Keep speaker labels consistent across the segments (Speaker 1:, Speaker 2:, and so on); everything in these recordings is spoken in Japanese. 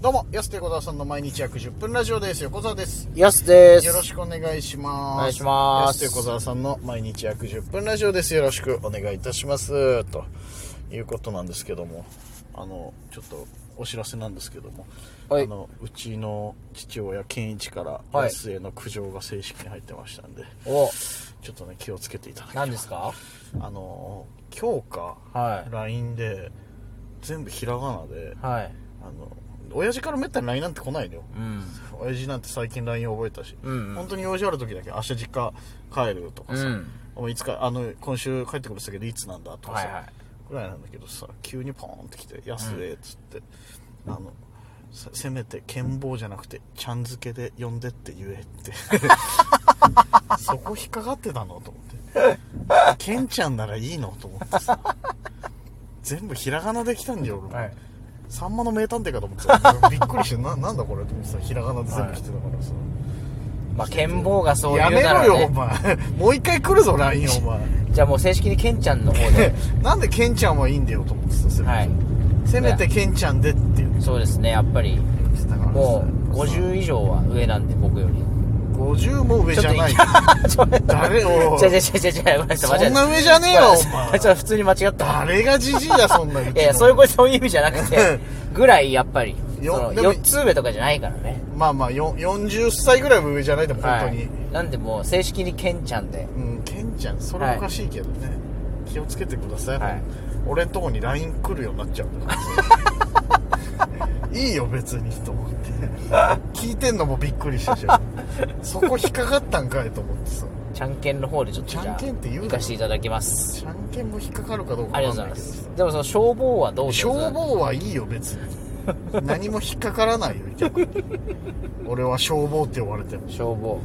Speaker 1: どうも、安手小沢さんの毎日約10分ラジオです。横澤です。
Speaker 2: やすです。
Speaker 1: よろしくお願いします。
Speaker 2: お願いします
Speaker 1: 安手小沢さんの毎日約10分ラジオです。よろしくお願いいたします。ということなんですけども、あの、ちょっとお知らせなんですけども、
Speaker 2: はい
Speaker 1: あの、うちの父親、健一から、
Speaker 2: はい
Speaker 1: 安江の苦情が正式に入ってましたんで、
Speaker 2: お、
Speaker 1: ちょっとね、気をつけていただきたい
Speaker 2: 何ですか
Speaker 1: あの、今日か、
Speaker 2: はい
Speaker 1: LINE で、全部ひらがなで、
Speaker 2: はい。
Speaker 1: あの親父からめったに LINE なんて来ないのよ、
Speaker 2: うん。
Speaker 1: 親父なんて最近 LINE 覚えたし、
Speaker 2: うんうん
Speaker 1: 本当に用事ある時だけ明日実家帰るとかさ、
Speaker 2: うん
Speaker 1: お前いつかあの今週帰ってくるって言ったけどいつなんだとかさ、
Speaker 2: はいはい
Speaker 1: ぐらいなんだけどさ急にポーンって来て「安え」っつって、あのせせめて剣棒じゃなくてちゃん付けで呼んでって言えって そこ引っかかってたのと思って「ケンちゃんならいいの?」と思ってさ全部ひらがなできたんだよ俺も、
Speaker 2: はい
Speaker 1: さんまの名探偵かと思ってた びっくりしてななんだこれと思ってさひらがなで全部来てたからさ、
Speaker 2: まあ、剣棒がそういう
Speaker 1: やめ
Speaker 2: なら、
Speaker 1: ろ
Speaker 2: ね。
Speaker 1: よ、お前もう一回来るぞ LINE お前
Speaker 2: じゃあもう正式にケンちゃんの方 で。
Speaker 1: なんでケンちゃんはいいんだよと思ってさ、それ
Speaker 2: はい
Speaker 1: せめてケンちゃんでって言って
Speaker 2: そうですね、やっぱり。
Speaker 1: たからさ
Speaker 2: もう、50以上は上なんで、僕より。
Speaker 1: 50も上じゃない
Speaker 2: ちょっと、
Speaker 1: 誰を
Speaker 2: 違う違う違う違う、ごめんなさい
Speaker 1: そんな上じゃねえよお前
Speaker 2: ちょっと普通に間違った。
Speaker 1: 誰がじじいだそんなに
Speaker 2: いやいや、そういうこと、そういう意味じゃなく て、ぐらいやっぱり。そ
Speaker 1: よ
Speaker 2: の
Speaker 1: でも
Speaker 2: 4つ上とかじゃないからね。
Speaker 1: まあまあよ40歳ぐらいは上じゃないでも本当に、
Speaker 2: はい。なんでもう正式にケンちゃんで。
Speaker 1: うんケンちゃんそれおかしいけどね、気をつけてください、
Speaker 2: はい
Speaker 1: 俺んとこに LINE 来るようになっちゃうんだから いいよ別にと思って聞いてんのもびっくりしたしそこ引っかかったんかいと思ってさ
Speaker 2: ちゃんけんの方でちょっとじゃあ
Speaker 1: ちゃんけんって言うの
Speaker 2: 行かせていただきます
Speaker 1: ちゃんけんも引っかかるかどうか
Speaker 2: ありが
Speaker 1: わ
Speaker 2: とう
Speaker 1: かん
Speaker 2: ござい
Speaker 1: ない
Speaker 2: ま
Speaker 1: けどさ
Speaker 2: すでもその消防はどうですか
Speaker 1: 消防はいいよ別に何も引っかからないよ逆に俺は消防って呼ばれてもね
Speaker 2: 消防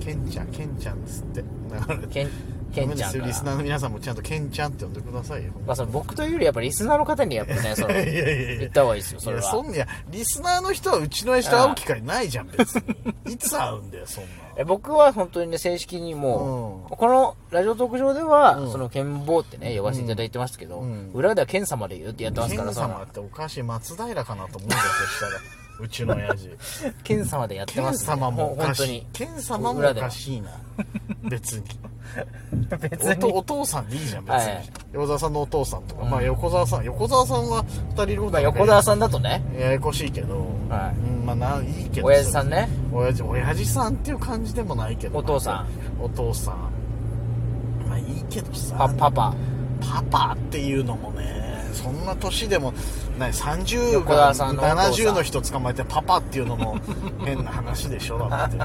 Speaker 1: ケンちゃんケンちゃんっつってだから
Speaker 2: けんけんちゃん
Speaker 1: ダメです
Speaker 2: か
Speaker 1: よリス
Speaker 2: ら
Speaker 1: ナーの皆さんもちゃんとケンちゃんって呼んでくださいよ
Speaker 2: まあその僕というよりやっぱりリスナーの方にやっぱねその
Speaker 1: いやいやいやいや
Speaker 2: 言った方がいいですよそ
Speaker 1: い
Speaker 2: れ
Speaker 1: やそ
Speaker 2: は
Speaker 1: んいやリスナーの人はうちの親父と会う機会ないじゃん別 にいつ会うんだよそんな
Speaker 2: え僕は本当にね正式にもうこのラジオ特上ではその剣坊ってね呼ばせていただいてますけど
Speaker 1: うん
Speaker 2: 裏では剣様で言うってやってますから
Speaker 1: 剣
Speaker 2: そ
Speaker 1: 様
Speaker 2: の
Speaker 1: っておかしい松平かなと思うんだよそしたらうちの親父
Speaker 2: 剣様でやってま
Speaker 1: 剣
Speaker 2: す
Speaker 1: 様もお
Speaker 2: 本
Speaker 1: か
Speaker 2: 当
Speaker 1: しい
Speaker 2: に
Speaker 1: 剣様もおかしいな別に
Speaker 2: 別
Speaker 1: おと
Speaker 2: に
Speaker 1: お父さんでいいじゃん別
Speaker 2: は
Speaker 1: に
Speaker 2: い
Speaker 1: 横澤さんのお父さんとかまあ横澤さん横澤さんは2人いること
Speaker 2: まあ
Speaker 1: は
Speaker 2: 横澤さんだとね
Speaker 1: ややこしいけど
Speaker 2: はい
Speaker 1: うんまあないいけど
Speaker 2: 親父さんね
Speaker 1: 親父親父さんっていう感じでもないけど
Speaker 2: お父さ
Speaker 1: んお父さんまあいいけどさ
Speaker 2: パパパ
Speaker 1: パパっていうのもねそんな年でもない30
Speaker 2: 横
Speaker 1: が
Speaker 2: 田さんのお父さん
Speaker 1: 70の人捕まえてパパっていうの も変な話でしょだって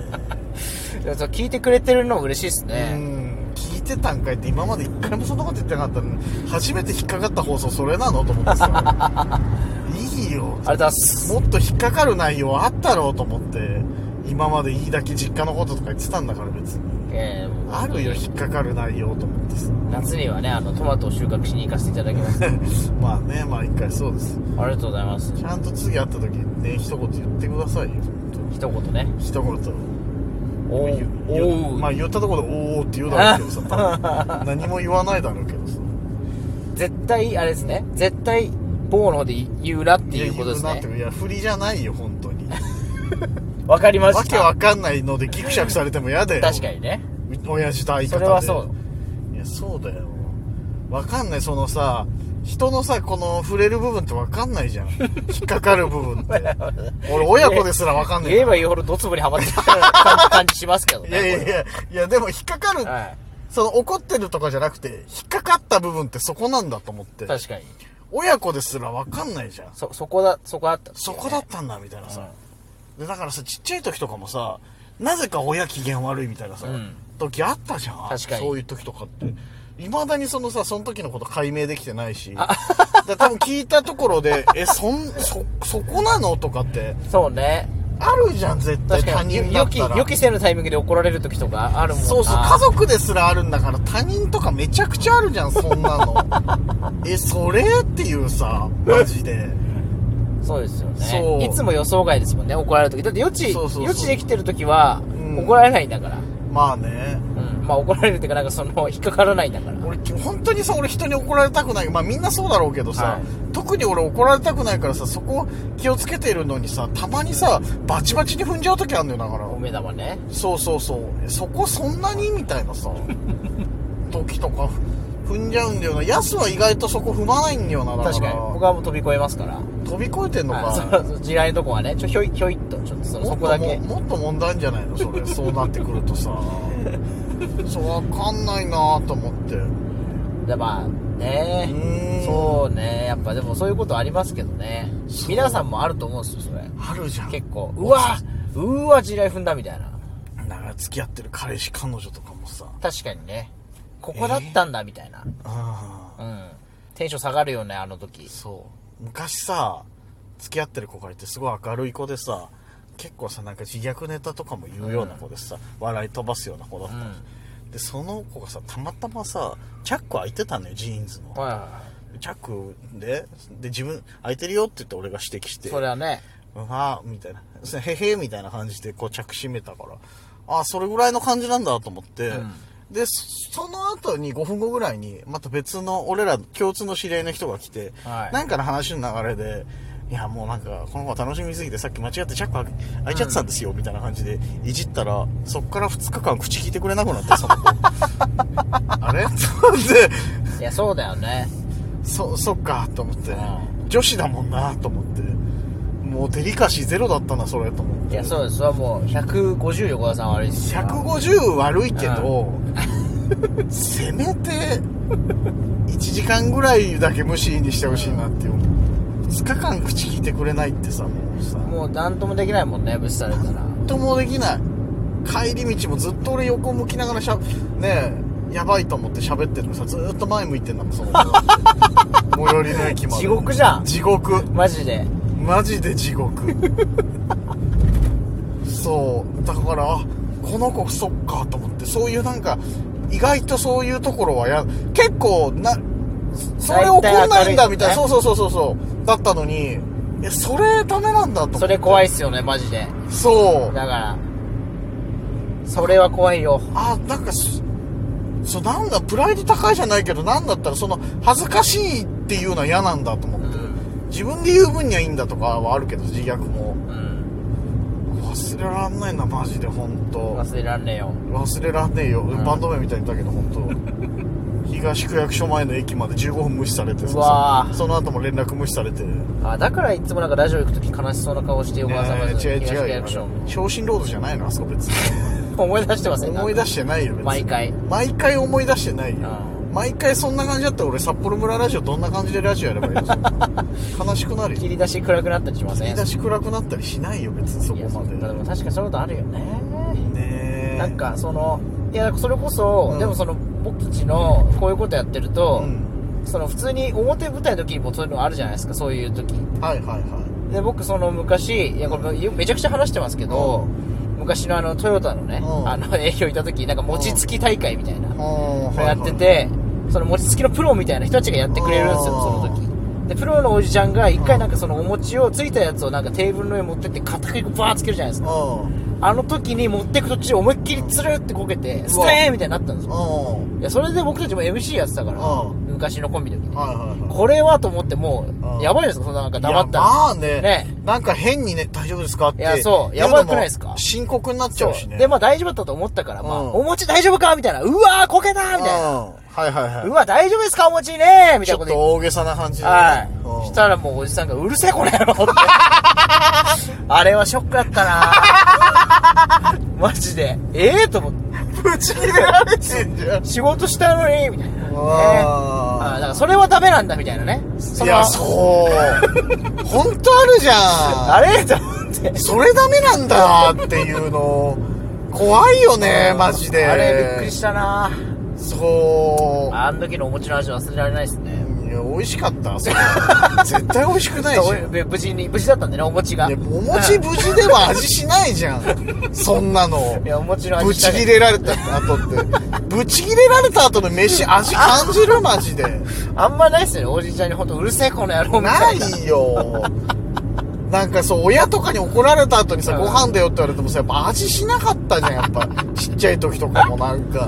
Speaker 2: でもそう聞いてくれてるの嬉しいです
Speaker 1: う
Speaker 2: ね
Speaker 1: ん聞いてたんかいって今まで一回もそんなこと言ってなかったのに初めて引っかかった放送それなのと思ってさ いいよ
Speaker 2: ありがとうございます
Speaker 1: もっと引っかかる内容あったろうと思って今までいいだけ実家のこととか言ってたんだから別に
Speaker 2: えー
Speaker 1: あるよ引っかかる内容と思ってさ
Speaker 2: 夏にはねあのトマトを収穫しに行かせていただきます あ
Speaker 1: まあねまあ一回そうです
Speaker 2: りがとうございます
Speaker 1: ちゃんと次会った時にね一言言ってくださいよ本当に
Speaker 2: 一言ね
Speaker 1: 一言
Speaker 2: おう
Speaker 1: 言
Speaker 2: おう、
Speaker 1: まあ言ったところで「おお」って言うだろうけどさ 多分何も言わないだろうけどさ
Speaker 2: 絶対あれですね絶対棒の方で言うなっていうことです
Speaker 1: いや言うなっ
Speaker 2: ね
Speaker 1: ていや振りじゃないよ本当に
Speaker 2: わかりま
Speaker 1: わ
Speaker 2: し
Speaker 1: け
Speaker 2: た
Speaker 1: わかんないのでギクシャクされても嫌だよ
Speaker 2: 確かにね
Speaker 1: 親父と相方で
Speaker 2: それはそう
Speaker 1: いやそうだよわかんないそのさ人のさこの触れる部分ってわかんない じゃん引っかかる部分って俺親子ですらわかんない
Speaker 2: 言えば言うほどドツボにはまってる感じ感じしますけど ね
Speaker 1: いやいやい
Speaker 2: こ
Speaker 1: やいやでも引っかかる、
Speaker 2: れは
Speaker 1: その怒ってるとかじゃなくて引っかかった部分ってそこなんだと思って
Speaker 2: い確かに
Speaker 1: 親子ですらわかんないじゃん
Speaker 2: そそこだそこあったんです
Speaker 1: そ
Speaker 2: よね、
Speaker 1: こだったんだみたいなさ、でだからさちっちゃい時とかもさなぜか親機嫌悪いみたいなさ、
Speaker 2: うん
Speaker 1: 時あったじゃん
Speaker 2: 確かに
Speaker 1: そういう時とかっていまだにそのさその時のこと解明できてないしだから多分聞いたところで えそんそそこなのとかって
Speaker 2: そうね
Speaker 1: あるじゃん絶対
Speaker 2: 確
Speaker 1: 他
Speaker 2: かに
Speaker 1: 人だ
Speaker 2: 予
Speaker 1: っ
Speaker 2: 期
Speaker 1: たら
Speaker 2: 予期せぬタイミングで怒られる時とかあるもんな
Speaker 1: そうそう家族ですらあるんだから他人とかめちゃくちゃあるじゃんそんなの えそれっていうさマジで
Speaker 2: そうですよ
Speaker 1: そう
Speaker 2: ねいつも予想外ですもんね怒られる時だって予知
Speaker 1: そうそうそう
Speaker 2: 予知できてる時は
Speaker 1: ん
Speaker 2: 怒られないんだから、
Speaker 1: まあね、
Speaker 2: うんまあ怒られるっていうか、なんかその、引っかからないんだから。
Speaker 1: 俺本当にさ俺人に怒られたくないまあみんなそうだろうけどさ、
Speaker 2: はい
Speaker 1: 特に俺怒られたくないからさそこ気をつけてるのにさたまにさバチバチに踏んじゃう時あるんだよだから
Speaker 2: お目玉ね。
Speaker 1: そうそうそうそこそんなにみたいな さ時とか踏んじゃうんだよなヤスは意外とそこ踏まないんだよなだから
Speaker 2: 確かに。僕はもう飛び越えますから。
Speaker 1: 飛び越えてんの
Speaker 2: あ
Speaker 1: か
Speaker 2: そうそう地雷のとこはね、ちょ、ひょい、ひょいっと、ちょっとその
Speaker 1: も
Speaker 2: そ
Speaker 1: っ
Speaker 2: ことだ
Speaker 1: も
Speaker 2: け。
Speaker 1: もっと問題んじゃないのそれそうなってくる とさそうわかんないなと思って
Speaker 2: で、まあ、ね
Speaker 1: うーん
Speaker 2: そうね。やっぱでもそういうことありますけどね
Speaker 1: そう。
Speaker 2: 皆さんもあると思うんですよ、それ。
Speaker 1: あるじゃん
Speaker 2: 結構、うわうーわ、地雷踏んだみたいな。
Speaker 1: 長い付き合ってる彼氏彼女とかもさ
Speaker 2: 確かにね。ここだったんだ、みたいな。
Speaker 1: ああ
Speaker 2: うん。テンション下がるよね、あの時。
Speaker 1: そう昔さ付き合ってる子がいてすごい明るい子でさ結構さなんか自虐ネタとかも言うような子でさ、笑い飛ばすような子だっ
Speaker 2: う
Speaker 1: た
Speaker 2: ん。
Speaker 1: の、でその子がさたまたまさチャック開いてたのよジーンズの、
Speaker 2: はいはいは
Speaker 1: チャックでで自分開いてるよって言って俺が指摘し
Speaker 2: い。
Speaker 1: て
Speaker 2: それはね。
Speaker 1: うわみたいな。 それへへみたいな感じで、こう着締めたから、あそれぐらいの感じなんだと思って、
Speaker 2: ん
Speaker 1: で、そその後に5分後ぐらいに、また別の、俺ら共通の知り合いの人が来て、
Speaker 2: はい
Speaker 1: なんかの話の流れで、いや、もうなんか、この子は楽しみすぎて、さっき間違ってチャック開け開いちゃってたんですよ、みたいな感じで、いじったら、そっから2日間口聞いてくれなくなって、その子。 あれと思って、
Speaker 2: いや、そうだよね。
Speaker 1: そ、そっか、と思って、
Speaker 2: う
Speaker 1: 女子だもんな、と思って。もうデリカシーゼロだったな、それ、と思っ
Speaker 2: い
Speaker 1: て。
Speaker 2: や、そうです。それはもう、150横田さん悪いですよ。
Speaker 1: 150悪いけど、せめて、1時間ぐらいだけ無視にしてほしいなっていう。2日間口聞いてくれないってさ、もうさ、
Speaker 2: もう、なんともできないもんね、無視されたら。
Speaker 1: ともできない。帰り道もずっと俺横向きながらしゃ、ねえ、やばいと思って喋ってるのにさ、ずーっと前向いてんだもん、 その子最寄りの駅まで。
Speaker 2: 地獄じゃん
Speaker 1: 地獄。
Speaker 2: マジで。
Speaker 1: マジで地獄 そうだからあこの子そっかと思ってそういうなんか意外とそういうところはや結構なそれ怒んないんだみたいな
Speaker 2: 大体明るいんだね
Speaker 1: そうそうそうそうそうだったのにえそれダメなんだと
Speaker 2: それ怖いっすよね、マジで。
Speaker 1: そう
Speaker 2: だから、それは怖いよ。
Speaker 1: あなんかすそうなんだプライド高いじゃないけどなんだったらその恥ずかしいっていうのは嫌なんだと思って、
Speaker 2: うん
Speaker 1: 自分で言う分にはいいんだとかはあるけど自虐も
Speaker 2: うん。
Speaker 1: 忘れらんないなマジで本当。
Speaker 2: 忘れらんねえよ。
Speaker 1: 忘れらんねえよ、
Speaker 2: ん
Speaker 1: バンド名みたいに言ったけど本 当東区役所前の駅まで15分無視されて
Speaker 2: うわ
Speaker 1: さ
Speaker 2: ー
Speaker 1: その後も連絡無視されて、ね
Speaker 2: あ、だからいつもなんかラジオ行くとき悲しそうな顔して横川さんが
Speaker 1: え違う
Speaker 2: 東
Speaker 1: 違う
Speaker 2: リアクション
Speaker 1: 昇進ロードじゃないのあそこ別に
Speaker 2: 思い出してますね。
Speaker 1: 思い出してないよ別に
Speaker 2: 毎回。
Speaker 1: 毎回思い出してないよ
Speaker 2: う
Speaker 1: 毎回そんな感じだったら俺札幌村ラジオどんな感じでラジオやればいいのそん な悲しくなるよ
Speaker 2: 切り出し暗くなったりしません
Speaker 1: 言い出し暗くなったりしないよ別にそ
Speaker 2: い
Speaker 1: こ
Speaker 2: やそ
Speaker 1: ま
Speaker 2: う
Speaker 1: で
Speaker 2: でも確かにそういうことあるよね。
Speaker 1: ねえ
Speaker 2: なんかその、いや、それこそ、
Speaker 1: うん
Speaker 2: でもその、僕たちのこういうことやってると、
Speaker 1: うん
Speaker 2: その普通に表舞台の時にもそういうのあるじゃないですか、そういう時。
Speaker 1: はいはいはい
Speaker 2: で、僕その昔、いや、これめちゃくちゃ話してますけど、昔のあの、トヨタのね、
Speaker 1: うん
Speaker 2: あの、営業いた時、なんか餅つき大会みたいな、
Speaker 1: あー
Speaker 2: やってて、その餅つきのプロみたいな人たちがやってくれるんですよ、
Speaker 1: あ
Speaker 2: そ
Speaker 1: ー
Speaker 2: の時。で、プロのおじちゃんが一
Speaker 1: う
Speaker 2: 回
Speaker 1: ん
Speaker 2: なんかそのお餅を、ついたやつをなんかテーブルの上に持ってって、片栗粉バーッつけるじゃないですか。
Speaker 1: はいはい
Speaker 2: あの時に持ってく途中思いっきりつるってこけて、ステーンみたいになったんです
Speaker 1: うん
Speaker 2: よ。
Speaker 1: うん
Speaker 2: いや、それで僕たちも MC やってたから
Speaker 1: うん、
Speaker 2: 昔のコンビの時に。
Speaker 1: はいはいはい
Speaker 2: これはと思っても
Speaker 1: うん
Speaker 2: う、やばいですかそんななんか黙った
Speaker 1: いや
Speaker 2: ら。
Speaker 1: まあね
Speaker 2: ね
Speaker 1: なんか変にね大丈夫ですかって
Speaker 2: いやそうやばくないですか
Speaker 1: うのも深刻になっちゃ
Speaker 2: そう
Speaker 1: うしね
Speaker 2: で、まあ大丈夫だったと思ったから、まあ、
Speaker 1: うん
Speaker 2: お餅大丈夫かみたいな。うわー、こけたーみたいな。
Speaker 1: うんはいはいはいう
Speaker 2: わ、大丈夫ですかお餅ねーみ
Speaker 1: ち
Speaker 2: たい
Speaker 1: ょ
Speaker 2: なこ
Speaker 1: っと
Speaker 2: と言って。
Speaker 1: 大げさな感じでねう
Speaker 2: は
Speaker 1: ん
Speaker 2: い。したらもうおじさんが、うるせえこの野 郎って。あれはショックだったなーマジで。ええと思って。
Speaker 1: ぶち切れられてんじゃん
Speaker 2: 仕事したのにみたいな。ね
Speaker 1: あー
Speaker 2: あーだからそれはダメなんだみたいなね。そ
Speaker 1: い
Speaker 2: の
Speaker 1: やそう本当あるじゃ
Speaker 2: あ
Speaker 1: ん
Speaker 2: れと思 って。
Speaker 1: それダメなんだっていうの怖いよねマジで
Speaker 2: あれびっくりしたな
Speaker 1: そう
Speaker 2: あん時のお餅の味忘れられないですね
Speaker 1: いや美味しかった それ絶対美味しくないじゃん
Speaker 2: お無事に無事だったんでねお餅が
Speaker 1: いや、お 餅無事では味しないじゃん。そんなの。
Speaker 2: いやお餅の味
Speaker 1: ぶ
Speaker 2: した
Speaker 1: ち
Speaker 2: けど
Speaker 1: 切れられた後って。ぶち切れられた後の飯、味感じるマジで。
Speaker 2: あんまないっすよねおじいちゃんにほんとうるせえこの野郎みた
Speaker 1: ない
Speaker 2: ない
Speaker 1: よ。なんかそう、親とかに怒られた後にさ、
Speaker 2: うん
Speaker 1: ご飯だよって言われてもさ、やっぱ味しなかったじゃん、やっぱ。ちっちゃい時とかもなんか。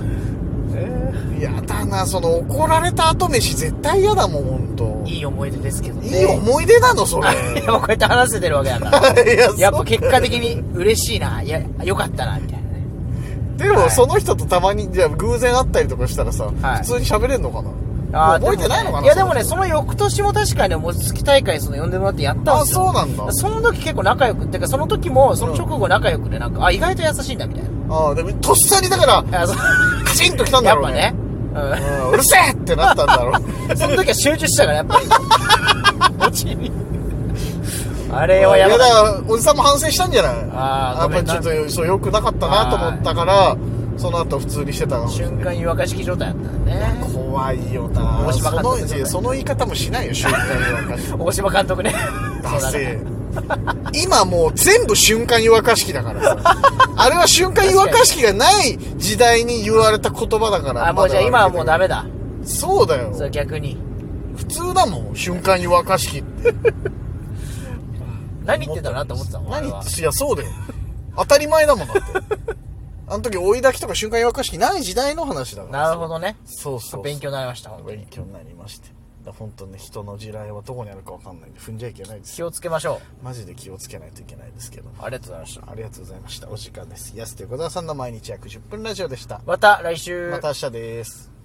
Speaker 1: やだな、その怒られた後飯絶対嫌だもん、ほんと。
Speaker 2: いい思い出ですけどね
Speaker 1: いい思い出なの、それ。
Speaker 2: い やもうこうやって話せてるわけ だから
Speaker 1: いや
Speaker 2: や
Speaker 1: そ
Speaker 2: っぱ
Speaker 1: う
Speaker 2: 結果的に嬉しいな、いや、良かったな、みたいなね。
Speaker 1: で
Speaker 2: は
Speaker 1: も、
Speaker 2: い
Speaker 1: その人とたまに、じゃあ偶然会ったりとかしたらさ、
Speaker 2: はい
Speaker 1: 普通に喋れんのかな
Speaker 2: あー
Speaker 1: もう覚えてないのかな、
Speaker 2: でもねいやでもね、
Speaker 1: そ
Speaker 2: その翌年も確かに餅つき大会その呼んでもらってやったんですよ。
Speaker 1: あそうなんだ
Speaker 2: その時結構仲良く、てかその時も、その直後仲良くでなんか、あ、意外と優しいんだ、みたい
Speaker 1: の人ああ、でも、とっさにだから、
Speaker 2: な。 あそう
Speaker 1: カチンと来たんだろう
Speaker 2: や
Speaker 1: ね
Speaker 2: っ。ぱね。
Speaker 1: うんうるせえってなったんだろ うね。
Speaker 2: うん。その時は集中したから、やっぱり。落ちに。 あれはやば
Speaker 1: い
Speaker 2: い。
Speaker 1: やだからおじさんも反省したんじゃない
Speaker 2: あーごめ
Speaker 1: や
Speaker 2: ん
Speaker 1: っ
Speaker 2: な
Speaker 1: ぱりちょっとそう良くなかったなと思ったからその後普通にしてたの
Speaker 2: 瞬間湯沸かし器状態だったんだね。
Speaker 1: 怖いよな
Speaker 2: 大島
Speaker 1: そ
Speaker 2: 監
Speaker 1: の
Speaker 2: 督
Speaker 1: いやその言い方もしないよ瞬間 湯沸かし
Speaker 2: 大島監督ね。
Speaker 1: ダ
Speaker 2: そうだ
Speaker 1: セ
Speaker 2: ね
Speaker 1: え 今もう全部瞬間湯沸かし器だから さあれは瞬間湯沸かし器がない時代に言われた言葉だから
Speaker 2: あ、もうじゃあ今はもうダメだ。
Speaker 1: そうだよ
Speaker 2: そう、逆に。
Speaker 1: 普通だもん瞬間湯沸かし器って
Speaker 2: 何言ってたのなと思ってたもん。
Speaker 1: 何
Speaker 2: 俺
Speaker 1: 言
Speaker 2: は
Speaker 1: っていやそうだよ当たり前だもんだって あの時追い炊きとか瞬間湯沸かし器ない時代の話だから
Speaker 2: なるほどね。
Speaker 1: そうそうそう
Speaker 2: 勉強になりました、本当に。
Speaker 1: 勉強になりましてだから本当ね人の地雷はどこにあるかわかんないんで踏んじゃいけないです
Speaker 2: 気
Speaker 1: よ
Speaker 2: をつけましょ
Speaker 1: マジで気をつけないといけないですけど
Speaker 2: う。ありがとうございました。
Speaker 1: ありがとうございましたお時間です安手小沢さんの毎日約10分ラジオでした
Speaker 2: また来週。
Speaker 1: また明日です